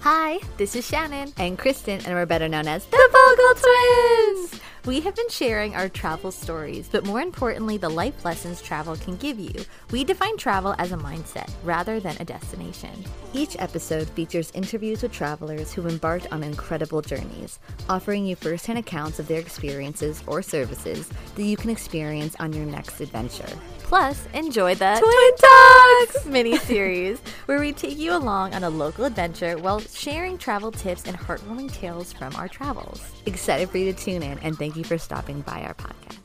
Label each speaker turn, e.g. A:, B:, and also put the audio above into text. A: Hi, this is Shannon and Kristen, and we're better known as the Vogel Twins. We have been sharing our travel stories, but more importantly, the life lessons travel can give you. We define travel as a mindset rather than a destination. Each episode features interviews with travelers who embarked on incredible journeys, offering you firsthand accounts of their experiences or services that you can experience on your next adventure. Plus, enjoy the Twin Talks mini series, where we take you along on a local adventure while sharing travel tips and heartwarming tales from our travels. Excited for you to tune in, and thank you for stopping by our podcast.